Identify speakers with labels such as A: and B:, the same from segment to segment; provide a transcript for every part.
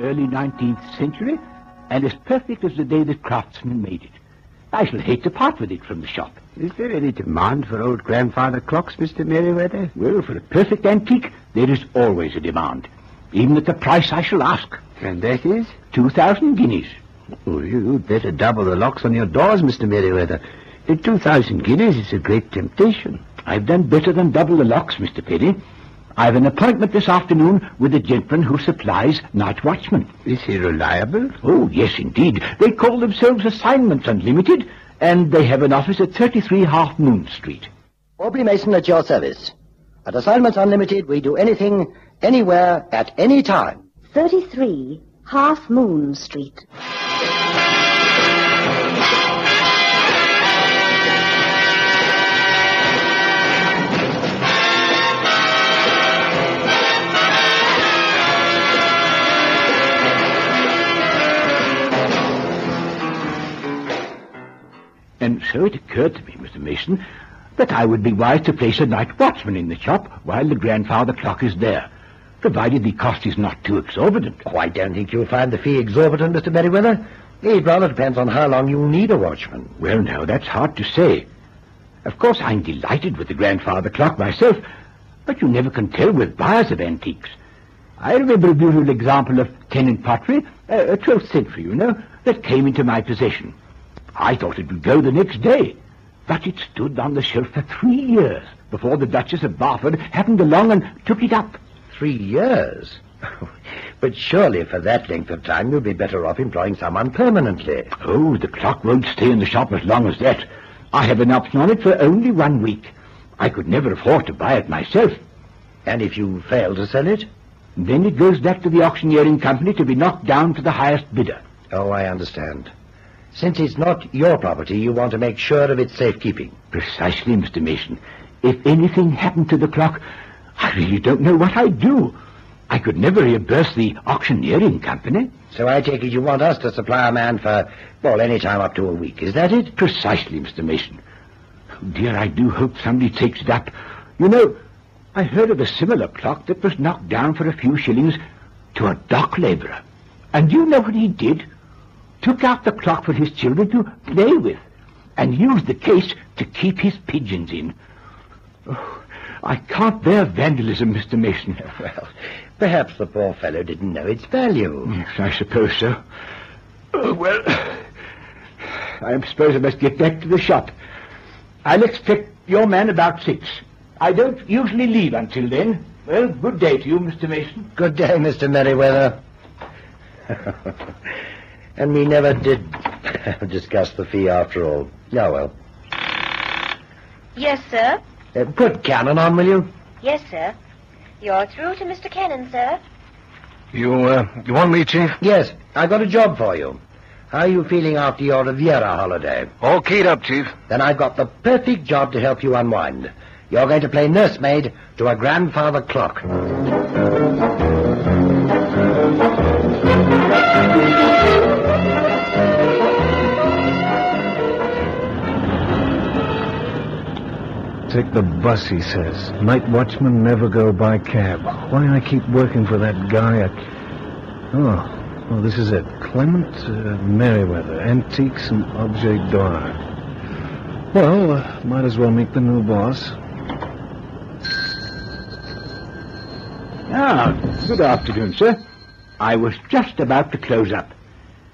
A: early 19th century, and as perfect as the day the craftsman made it. I shall hate to part with it from the shop.
B: Is there any demand for old grandfather clocks, Mr. Merriweather?
A: Well, for a perfect antique, there is always a demand, even at the price I shall ask.
B: And that is?
A: 2,000 guineas.
B: Oh, you'd better double the locks on your doors, Mr. Merriweather. At 2,000 guineas, it's a great temptation.
A: I've done better than double the locks, Mr. Petty. I've an appointment this afternoon with a gentleman who supplies night watchmen.
B: Is he reliable?
A: Oh, yes, indeed. They call themselves Assignments Unlimited, and they have an office at 33 Half Moon Street.
C: Aubrey Mason at your service. At Assignments Unlimited, we do anything, anywhere, at any time.
D: 33 Half Moon Street.
A: And so it occurred to me, Mr. Mason, that I would be wise to place a night watchman in the shop while the grandfather clock is there, provided the cost is not too exorbitant.
C: Oh, I don't think you'll find the fee exorbitant, Mr. Merriweather. It rather depends on how long you'll need a watchman.
A: Well, now, that's hard to say. Of course, I'm delighted with the grandfather clock myself, but you never can tell with buyers of antiques. I remember a beautiful example of tenant pottery, a uh, 12th century, you know, that came into my possession. I thought it would go the next day, but it stood on the shelf for three years before the Duchess of Barford happened along and took it up.
C: Three years? but surely for that length of time you'd be better off employing someone permanently.
A: Oh, the clock won't stay in the shop as long as that. I have an option on it for only one week. I could never afford to buy it myself.
C: And if you fail to sell it?
A: Then it goes back to the auctioneering company to be knocked down to the highest bidder.
C: Oh, I understand. Since it's not your property, you want to make sure of its safekeeping.
A: Precisely, Mr. Mason. If anything happened to the clock, I really don't know what I'd do. I could never reimburse the auctioneering company.
C: So I take it you want us to supply a man for, well, any time up to a week. Is that it?
A: Precisely, Mr. Mason. Oh, dear, I do hope somebody takes it up. You know, I heard of a similar clock that was knocked down for a few shillings to a dock labourer. And do you know what he did? took out the clock for his children to play with and used the case to keep his pigeons in. Oh, I can't bear vandalism, Mr. Mason.
C: Well, perhaps the poor fellow didn't know its value.
A: Yes, I suppose so. Oh, well, I suppose I must get back to the shop. I'll expect your man about six. I don't usually leave until then. Well, good day to you, Mr. Mason.
C: Good day, Mr. Merriweather. And we never did discuss the fee after all. Yeah, oh, well.
E: Yes, sir.
C: Uh, put Cannon on, will you?
E: Yes, sir. You're through to Mr. Cannon, sir.
F: You, uh, you want me, Chief?
C: Yes, I got a job for you. How are you feeling after your Riviera holiday?
F: All keyed up, Chief.
C: Then I've got the perfect job to help you unwind. You're going to play nursemaid to a grandfather clock.
F: Take the bus, he says. Night watchmen never go by cab. Why I keep working for that guy at... Oh, well, this is it. Clement uh, Merriweather, Antiques and Objet d'Art. Well, uh, might as well meet the new boss.
A: Ah, good afternoon, sir. I was just about to close up.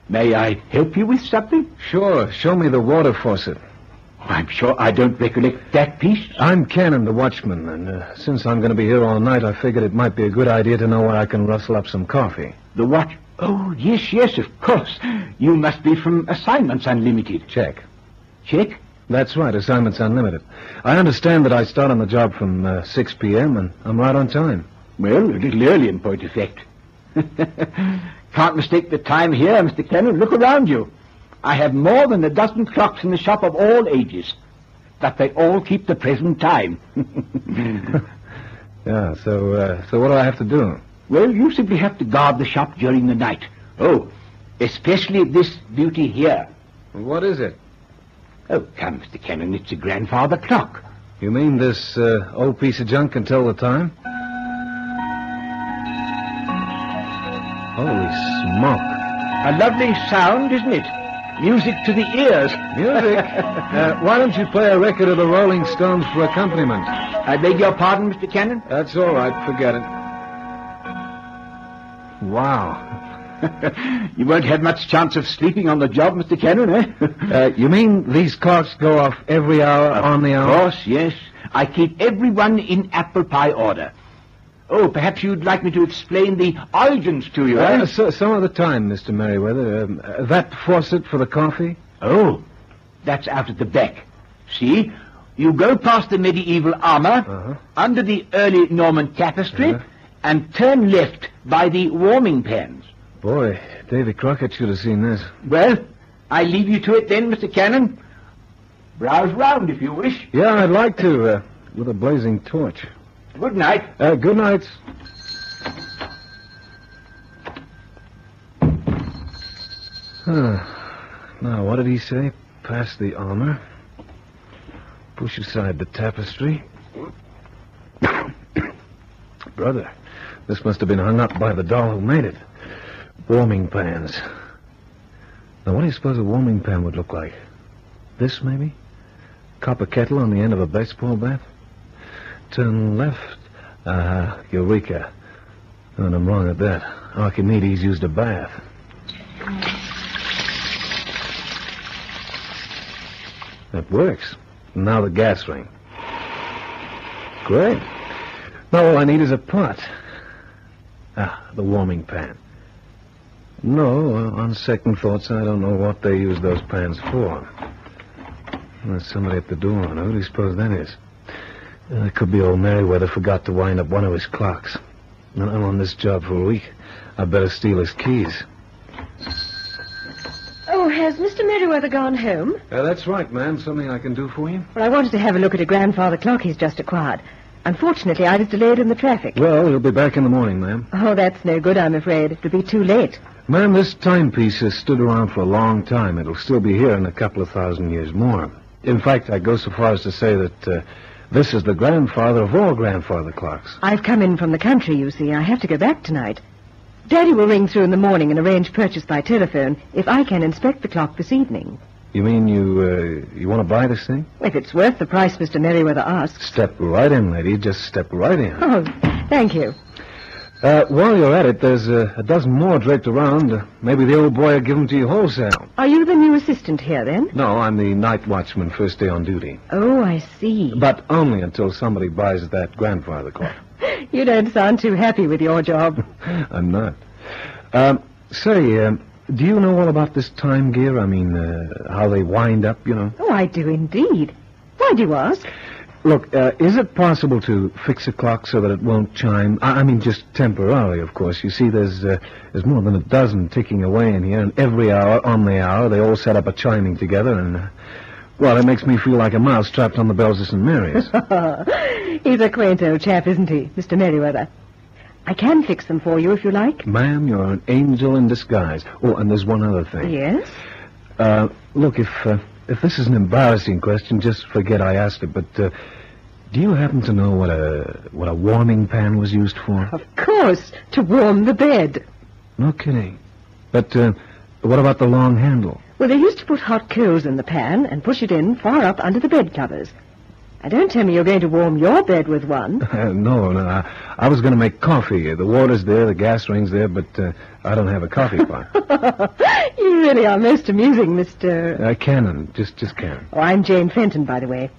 A: May I help you with something?
F: Sure. Show me the water faucet.
A: Oh, I'm sure I don't recollect that piece.
F: I'm Cannon, the watchman, and uh, since I'm going to be here all night, I figured it might be a good idea to know where I can rustle up some coffee.
A: The watch? Oh, yes, yes, of course. You must be from Assignments Unlimited.
F: Check.
A: Check?
F: That's right, Assignments Unlimited. I understand that I start on the job from uh, 6 p.m., and I'm right on time.
A: Well, a little early in point of fact. Can't mistake the time here, Mr. Cannon. Look around you. I have more than a dozen clocks in the shop of all ages, but they all keep the present time.
F: yeah, so, uh, so what do I have to do?
A: Well, you simply have to guard the shop during the night. Oh, especially this beauty here.
F: What is it?
A: Oh, come, Mr. Cannon, it's a grandfather clock.
F: You mean this uh, old piece of junk can tell the time? Holy smoke.
A: A lovely sound, isn't it? Music to the ears.
F: Music. uh, why don't you play a record of the Rolling Stones for accompaniment?
A: I beg your pardon, Mr. Cannon?
F: That's all right. Forget it. Wow.
A: you won't have much chance of sleeping on the job, Mr. Cannon, eh?
F: Uh, you mean these clocks go off every hour on the
A: of
F: hour?
A: course, yes. I keep everyone in apple pie order. Oh, perhaps you'd like me to explain the origins to you, eh?
F: Uh, so, some other time, Mr. Merriweather. Um, uh, that faucet for the coffee?
A: Oh, that's out at the back. See, you go past the medieval armor,
F: Uh-huh.
A: under the early Norman tapestry,
F: Yeah.
A: and turn left by the warming pans.
F: Boy, Davy Crockett should have seen this.
A: Well, I leave you to it then, Mr. Cannon. Browse round if you wish.
F: Yeah, I'd like to, uh, with a blazing torch.
A: Good night.
F: Uh, good night. Huh. Now, what did he say? Pass the armor. Push aside the tapestry. Brother, this must have been hung up by the doll who made it. Warming pans. Now, what do you suppose a warming pan would look like? This, maybe? Copper kettle on the end of a baseball bat? Turn left. Ah, Eureka. Oh, And I'm wrong at that. Archimedes used a bath. That works. Now the gas ring. Great. Now all I need is a pot. Ah, the warming pan. No, uh, on second thoughts, I don't know what they use those pans for. There's somebody at the door. Now, who do you suppose that is? Uh, It could be old Merriweather forgot to wind up one of his clocks. And I'm on this job for a week. I better steal his keys.
G: Oh, has Mr. Merriweather gone home?
F: Uh, that's right, ma'am. Something I can do for you?
G: Well, I wanted to have a look at a grandfather clock he's just acquired. Unfortunately, I was delayed in the traffic.
F: Well, he'll be back in the morning, ma'am.
G: Oh, that's no good, I'm afraid. It'll be too late.
F: Ma'am, this timepiece has stood around for a long time. It'll still be here in a couple of thousand years more. In fact, I go so far as to say that uh, this is the grandfather of all grandfather clocks.
G: I've come in from the country, you see. I have to go back tonight. Daddy will ring through in the morning and arrange purchase by telephone if I can inspect the clock this evening.
F: You mean you uh, you want to buy this thing?
G: If it's worth the price Mr. Merriweather asks.
F: Step right in, lady. Just step right in.
G: Oh, thank you.
F: Uh, while you're at it, there's uh, a dozen more draped around. Uh, maybe the old boy will give 'em to you wholesale.
G: Are you the new assistant here, then?
F: No, I'm the night watchman first day on duty.
G: Oh, I see.
F: But only until somebody buys that grandfather clock.
G: You don't sound too happy with your job.
F: I'm not. Um, say, um, do you know all about this time gear? I mean, uh, how they wind up, you know?
G: Oh, I do indeed. Why do you ask?
F: Look, uh, is it possible to fix a clock so that it won't chime? I, I mean, just temporarily, of course. You see, there's uh, there's more than a dozen ticking away in here, and every hour on the hour, they all set up a chiming together, and uh, well, it makes me feel like a mouse trapped on the bells of St. Mary's.
G: He's a quaint old chap, isn't he, Mr. Merriweather? I can fix them for you if you like.
F: Ma'am, you're an angel in disguise. Oh, and there's one other thing.
G: Yes?
F: Uh, look, if uh, if this is an embarrassing question, just forget I asked it. But uh, do you happen to know what a what a warming pan was used for?
G: Of course, to warm the bed.
F: No kidding. But uh, what about the long handle?
G: Well, they used to put hot coals in the pan and push it in far up under the bed covers. Now, don't tell me you're going to warm your bed with one.
F: no, no. I, I was going to make coffee. The water's there, the gas ring's there, but uh, I don't have a coffee pot.
G: you really are most amusing, Mr.
F: uh, Cannon, just just Cannon.
G: Oh, I'm Jane Fenton, by the way.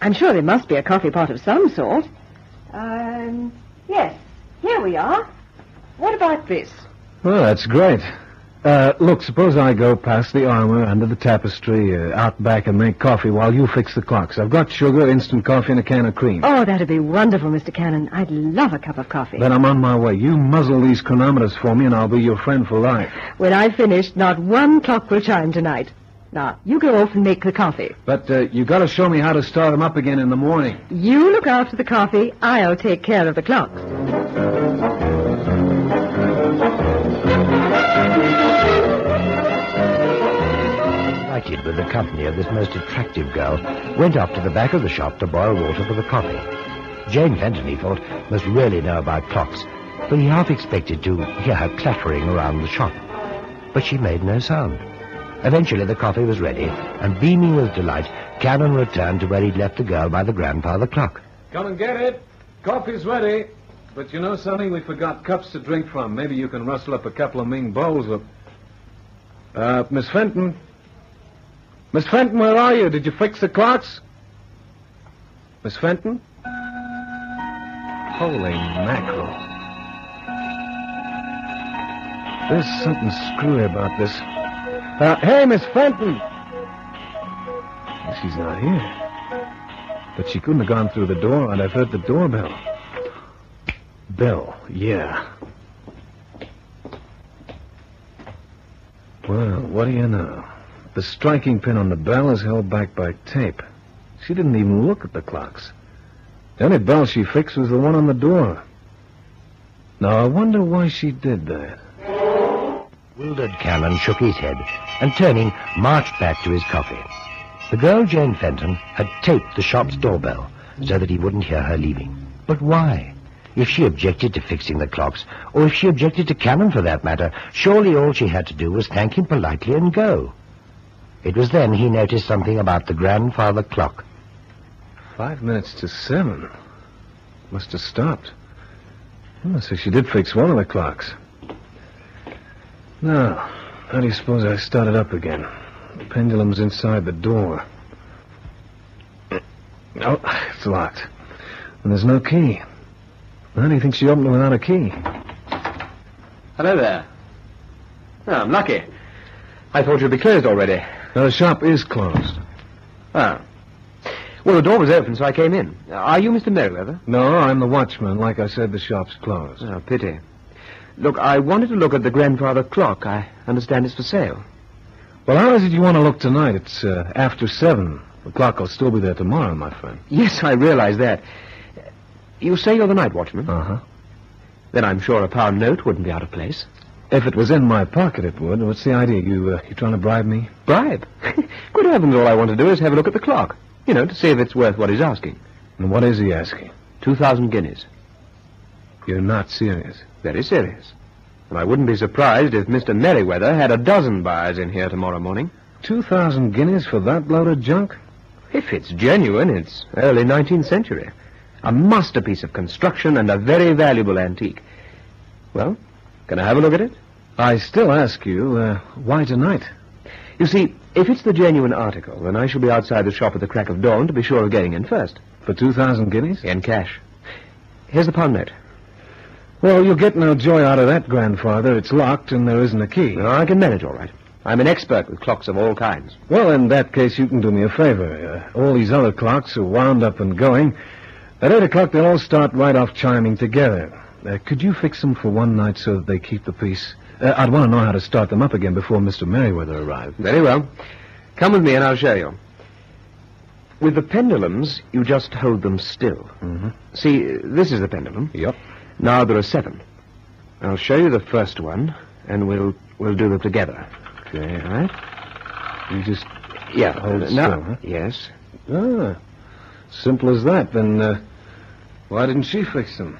G: I'm sure there must be a coffee pot of some sort. Um, yes, here we are. What about this?
F: Well, that's great. Uh, look, suppose I go past the armor, under the tapestry, uh, out back, and make coffee while you fix the clocks. I've got sugar, instant coffee, and a can of cream.
G: Oh, that'd be wonderful, Mr. Cannon. I'd love a cup of coffee.
F: Then I'm on my way. You muzzle these chronometers for me, and I'll be your friend for life.
G: When I've finished, not one clock will chime tonight. Now, you go off and make the coffee.
F: But uh, you got to show me how to start them up again in the morning.
G: You look after the coffee. I'll take care of the clocks.
C: Delighted with the company of this most attractive girl, went up to the back of the shop to boil water for the coffee. Jane Fenton, he thought, must really know about clocks, for he half expected to hear her clattering around the shop. But she made no sound. Eventually the coffee was ready, and beaming with delight, Cannon returned to where he'd left the girl by the grandfather clock.
H: Come and get it. Coffee's ready. But you know something? We forgot cups to drink from. Maybe you can rustle up a couple of Ming bowls of. Uh, Miss Fenton. Miss Fenton, where are you? Did you fix the clocks? Miss Fenton?
F: Holy mackerel. There's something screwy about this.
H: Uh, hey, Miss Fenton!
F: She's not here. But she couldn't have gone through the door. I'd have heard the doorbell. Bell, yeah. Well, what do you know? The striking pin on the bell is held back by tape. She didn't even look at the clocks. The only bell she fixed was the one on the door. Now, I wonder why she did that.
C: Wildered Cannon shook his head and, turning, marched back to his coffee. The girl, Jane Fenton, had taped the shop's doorbell so that he wouldn't hear her leaving. But why? If she objected to fixing the clocks, or if she objected to Cannon for that matter, surely all she had to do was thank him politely and go. It was then he noticed something about the grandfather clock.
F: Five minutes to seven. Must have stopped. Hmm, so she did fix one of the clocks. Now, how do you suppose I started up again? The pendulum's inside the door. Oh, it's locked. And there's no key. How do you think she opened it without a key?
A: Hello there. Oh, I'm lucky. I thought you'd be closed already.
F: Now, the shop is closed.
A: Ah. Well, the door was open, so I came in. Are you Mr. Merriweather?
F: No, I'm the watchman. Like I said, the shop's closed.
A: Oh, pity. Look, I wanted to look at the grandfather clock. I understand it's for sale.
F: Well, how is it you want to look tonight? It's uh, after seven. The clock will still be there tomorrow, my friend.
A: Yes, I realize that. You say you're the night watchman?
F: Uh huh.
A: Then I'm sure a pound note wouldn't be out of place.
F: If it was in my pocket, it would. What's the idea? You uh, you trying to bribe me?
A: Bribe? Good heavens, all I want to do is have a look at the clock. You know, to see if it's worth what he's asking.
F: And what is he asking?
A: Two thousand guineas.
F: You're not serious.
A: Very serious. And I wouldn't be surprised if Mr. Merriweather had a dozen buyers in here tomorrow morning.
F: Two thousand guineas for that load of junk?
A: If it's genuine, it's early 19th century. A masterpiece of construction and a very valuable antique. Well, can I have a look at it?
F: I still ask you, uh, why tonight?
A: You see, if it's the genuine article, then I shall be outside the shop at the crack of dawn to be sure of getting in first.
F: For two thousand guineas?
A: In cash. Here's the pound note.
F: Well, you'll get no joy out of that, grandfather. It's locked and there isn't a key.
A: No, I can manage all right. I'm an expert with clocks of all kinds.
F: Well, in that case, you can do me a favor. Uh, all these other clocks are wound up and going. At eight o'clock, they'll all start right off chiming together. Uh, could you fix them for one night so that they keep the peace? Uh, I'd want to know how to start them up again before Mr. Merriweather arrives.
A: Very well. Come with me and I'll show you. With the pendulums, you just hold them still.
F: Mhm.
A: See, this is the pendulum.
F: Yep.
A: Now there are seven. I'll show you the first one, and we'll we'll do them together.
F: Okay.
A: All right?
F: You just
A: Yeah.
F: Hold
A: uh,
F: it
A: now-
F: still, huh?
A: Yes.
F: ah, simple as that. Then uh, why didn't she fix them?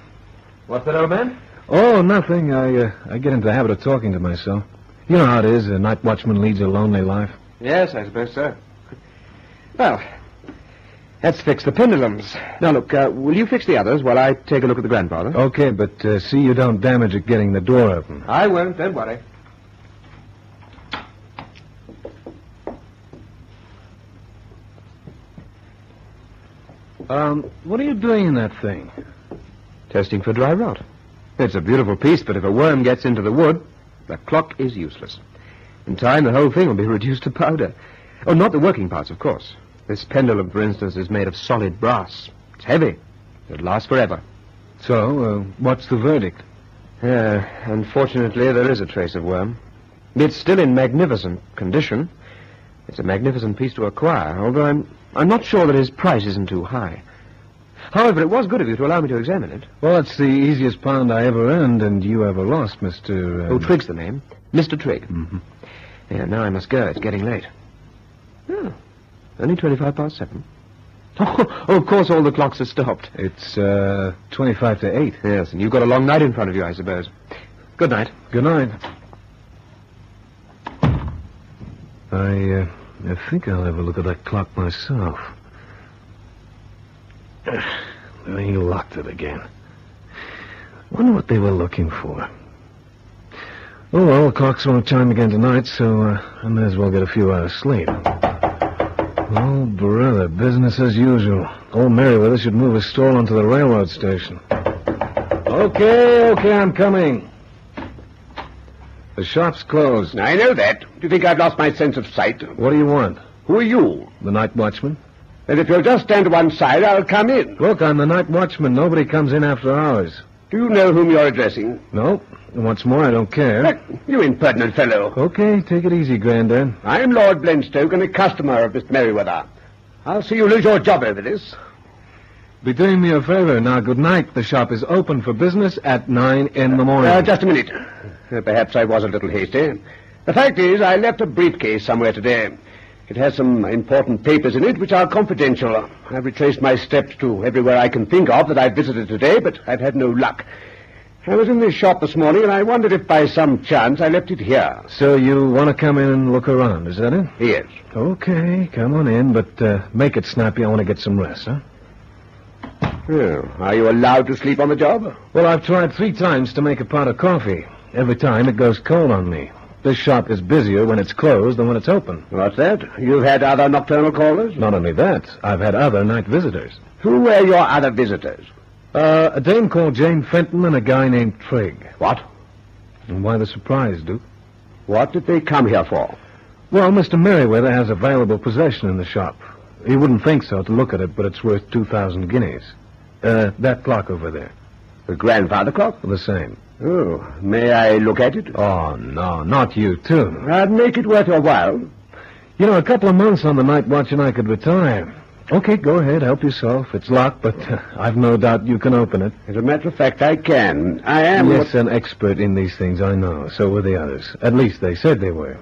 A: What's that, old man?
F: Oh, nothing. I uh, I get into the habit of talking to myself. You know how it is. A night watchman leads a lonely life.
A: Yes, I suppose so. Well, let's fix the pendulums. Now look, uh, will you fix the others while I take a look at the grandfather?
F: Okay, but uh, see you don't damage it getting the door open.
A: I won't. Don't worry.
F: Um, what are you doing in that thing?
A: Testing for dry rot. It's a beautiful piece, but if a worm gets into the wood, the clock is useless. In time, the whole thing will be reduced to powder. Oh, not the working parts, of course. This pendulum, for instance, is made of solid brass. It's heavy. It'll last forever.
F: So, uh, what's the verdict?
A: Yeah, unfortunately, there is a trace of worm. It's still in magnificent condition. It's a magnificent piece to acquire, although I'm, I'm not sure that his price isn't too high. However, it was good of you to allow me to examine it.
F: Well, it's the easiest pound I ever earned and you ever lost, Mr.
A: Oh,
F: um,
A: Twig's the name. Mr. Twig.
C: Mm-hmm.
F: Mhm.
A: Yeah, now I must go. It's getting late. Oh, only 25 past seven.
I: Oh, of course, all the clocks are stopped.
F: It's uh, 25 to 8.
I: Yes, and you've got a long night in front of you, I suppose. Good night.
F: Good night. I, uh, I think I'll have a look at that clock myself. Well, he locked it again. Wonder what they were looking for. Oh, well, the clocks won't chime again tonight, so uh, I may as well get a few hours sleep. Oh, brother, business as usual. Old Merriweather should move his stall onto the railroad station. Okay, okay, I'm coming. The shop's closed.
A: I know that. Do you think I've lost my sense of sight?
F: What do you want?
A: Who are you?
F: The night watchman?
A: And if you'll just stand to one side, I'll come in.
F: Look, I'm the night watchman. Nobody comes in after hours.
A: Do you know whom you're addressing?
F: No. And what's more, I don't care.
A: But, you impertinent fellow.
F: Okay, take it easy, Grandad.
A: I'm Lord Blenstoke and a customer of Mr. Merriweather. I'll see you lose your job over this.
F: Be doing me a favor. Now, good night. The shop is open for business at nine in the morning.
A: Uh, just a minute. Uh, Perhaps I was a little hasty. The fact is, I left a briefcase somewhere today. It has some important papers in it which are confidential. I've retraced my steps to everywhere I can think of that I've visited today, but I've had no luck. I was in this shop this morning, and I wondered if by some chance I left it here.
F: So you want to come in and look around, is that it?
A: Yes.
F: Okay, come on in, but uh, make it snappy. I want to get some rest, huh?
A: Well, are you allowed to sleep on the job?
F: Well, I've tried three times to make a pot of coffee. Every time it goes cold on me. This shop is busier when it's closed than when it's open.
A: What's that? You've had other nocturnal callers?
F: Not only that, I've had other night visitors.
A: Who were your other visitors?
F: Uh, a dame called Jane Fenton and a guy named Trigg.
A: What?
F: And why the surprise, Duke?
A: What did they come here for?
F: Well, Mr. Merriweather has a valuable possession in the shop. He wouldn't think so to look at it, but it's worth 2,000 guineas. Uh, that clock over there.
A: The grandfather clock?
F: The same.
A: Oh, may I look at it?
F: Oh, no, not you, too.
A: I'd make it worth your while.
F: You know, a couple of months on the night watch and I could retire. Okay, go ahead, help yourself. It's locked, but uh, I've no doubt you can open it.
A: As a matter of fact, I can. I am.
F: yes, an expert in these things, I know. So were the others. At least they said they were.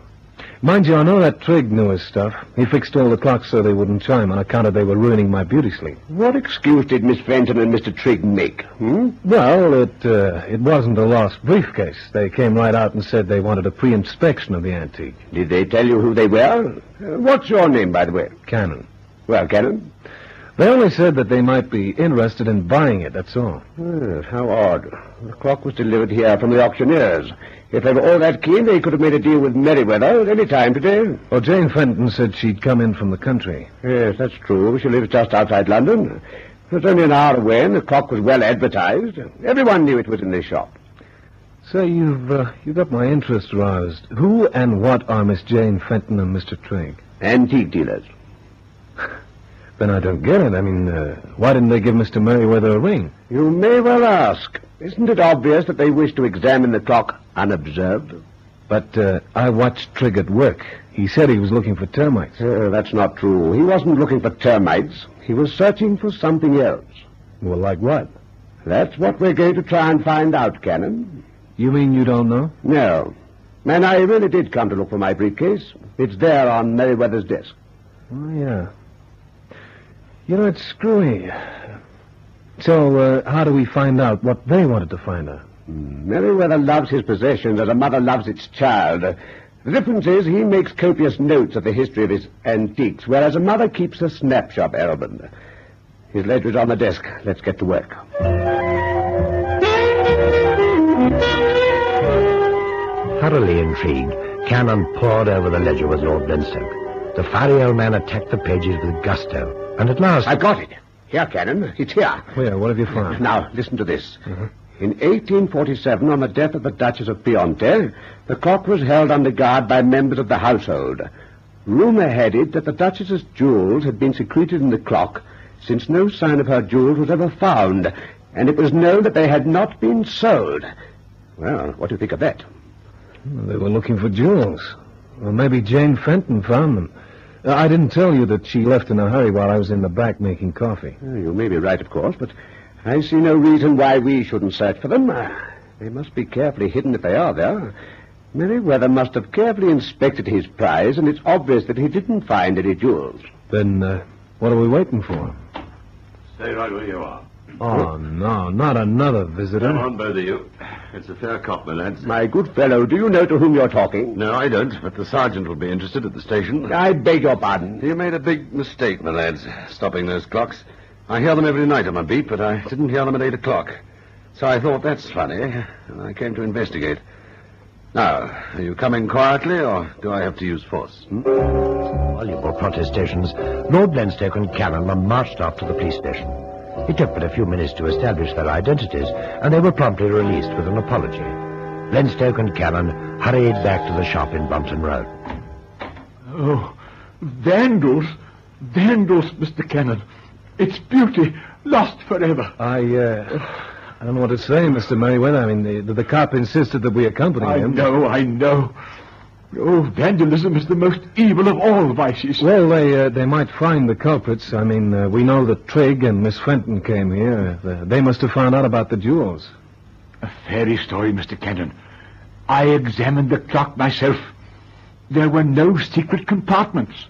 F: Mind you, I know that Trigg knew his stuff. He fixed all the clocks so they wouldn't chime on account of they were ruining my beauty sleep.
A: What excuse did Miss Fenton and Mr. Trigg make? Hmm?
F: Well, it uh, it wasn't a lost briefcase. They came right out and said they wanted a pre-inspection of the antique.
A: Did they tell you who they were? Uh, what's your name, by the way?
F: Cannon.
A: Well, Cannon.
F: They only said that they might be interested in buying it. That's all.
A: Ah, how odd. The clock was delivered here from the auctioneers. If they were all that keen, they could have made a deal with Merriweather at any time today.
F: Well, Jane Fenton said she'd come in from the country.
A: Yes, that's true. She lives just outside London. It was only an hour away, and the clock was well advertised. Everyone knew it was in this shop.
F: So you've uh, you got my interest roused. Who and what are Miss Jane Fenton and Mister Trigg?
A: Antique dealers.
F: Then I don't get it. I mean, uh, why didn't they give Mister Merriweather a ring?
A: You may well ask. Isn't it obvious that they wish to examine the clock unobserved?
F: But uh, I watched Trigg at work. He said he was looking for termites.
A: Uh, that's not true. He wasn't looking for termites. He was searching for something else.
F: Well, like what?
A: That's what we're going to try and find out, Cannon.
F: You mean you don't know?
A: No. Man, I really did come to look for my briefcase. It's there on Merriweather's desk.
F: Oh, yeah. You know, it's screwy. So, uh, how do we find out what they wanted to find out?
A: Merriweather loves his possessions as a mother loves its child. The difference is he makes copious notes of the history of his antiques, whereas a mother keeps a snapshot album. His ledger is on the desk. Let's get to work.
C: Thoroughly intrigued, Cannon pored over the ledger with Lord Blenstoke. The fiery old man attacked the pages with gusto, and at last...
A: I've got it. Here, Cannon. It's here.
F: Where? What have you found?
A: Now, listen to this. In 1847, on the death of the Duchess of Pionte, the clock was held under guard by members of the household. Rumor had it that the Duchess's jewels had been secreted in the clock, since no sign of her jewels was ever found, and it was known that they had not been sold. Well, what do you think of that?
F: They were looking for jewels. Well, maybe Jane Fenton found them. Uh, I didn't tell you that she left in a hurry while I was in the back making coffee.
A: Oh, You may be right, of course, but I see no reason why we shouldn't search for them. Uh, They must be carefully hidden if they are there. Merriweather must have carefully inspected his prize, and it's obvious that he didn't find any jewels.
F: Then, uh, What are we waiting for?
J: Stay right where you are.
F: Oh, no, not another visitor.
J: Come on, both of you. It's a fair cop, my lads.
K: My good fellow, do you know to whom you're talking?
J: No, I don't, but the sergeant will be interested at the station.
K: I beg your pardon.
J: You made a big mistake, my lads, stopping those clocks. I hear them every night on my beat, but I didn't hear them at 8 o'clock. So I thought that's funny, and I came to investigate. Now, are you coming quietly, or do I have to use force? hmm?
C: Voluble protestations, Lord Blenstoke and Cannon were marched off to the police station. It took but a few minutes to establish their identities, and they were promptly released with an apology. Blenstoke and Cannon hurried back to the shop in Brompton Road.
A: Oh, Vandals. Vandals, Mr. Cannon. Its beauty lost forever.
F: I, uh, I don't know what to say, Mr. Merriweather. I mean, the, the cop insisted that we accompany
A: I
F: him.
A: know, I know. Oh, vandalism is the most evil of all vices.
F: Well, they uh, they might find the culprits. I mean, uh, we know that Trigg and Miss Fenton came here. Uh, they must have found out about the jewels.
A: A fairy story, Mr. Cannon. I examined the clock myself. There were no secret compartments.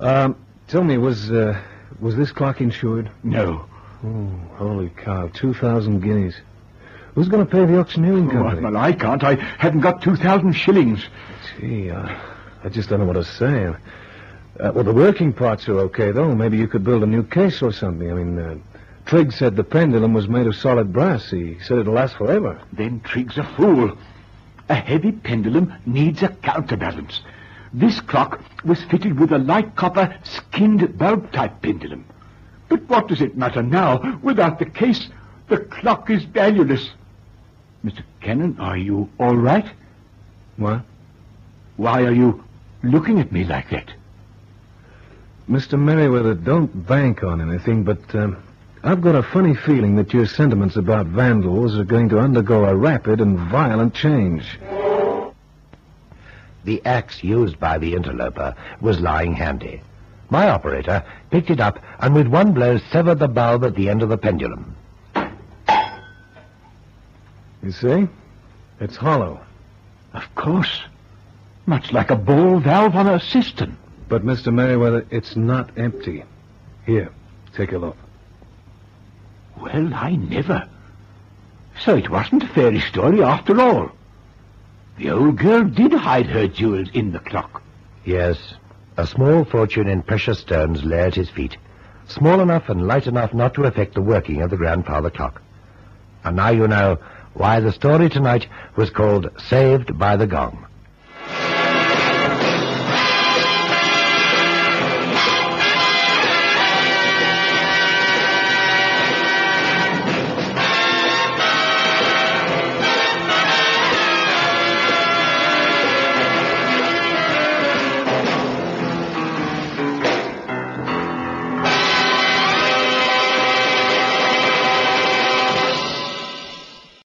F: Um, tell me, was uh, was this clock insured?
A: No.
F: Oh, holy cow! Two thousand guineas. Who's going to pay the auctioneering
A: Oh,
F: company?
A: well, I can't. I hadn't got 2,000 shillings.
F: Gee, uh, I just don't know what to say. Uh, well, the working parts are okay, though. Maybe you could build a new case or something. I mean, uh, Trigg said the pendulum was made of solid brass. He said it'll last forever.
A: Then Trigg's a fool. A heavy pendulum needs a counterbalance. This clock was fitted with a light copper skinned bulb type pendulum. But what does it matter now? Without the case, the clock is valueless. Mr. Cannon, are you all right?
F: What?
A: Why are you looking at me like that?
F: Mr. Merriweather, don't bank on anything, but um, I've got a funny feeling that your sentiments about vandals are going to undergo a rapid and violent change.
C: The axe used by the interloper was lying handy. My operator picked it up and with one blow severed the bulb at the end of the pendulum.
F: You see? It's hollow.
A: Of course. Much like a ball valve on a cistern.
F: But, Mr. Merriweather, it's not empty. Here, take a look.
A: Well, I never. So it wasn't a fairy story after all. The old girl did hide her jewels in the clock.
C: Yes, a small fortune in precious stones lay at his feet, small enough and light enough not to affect the working of the grandfather clock. And now you know why the story tonight was called Saved by the Gong.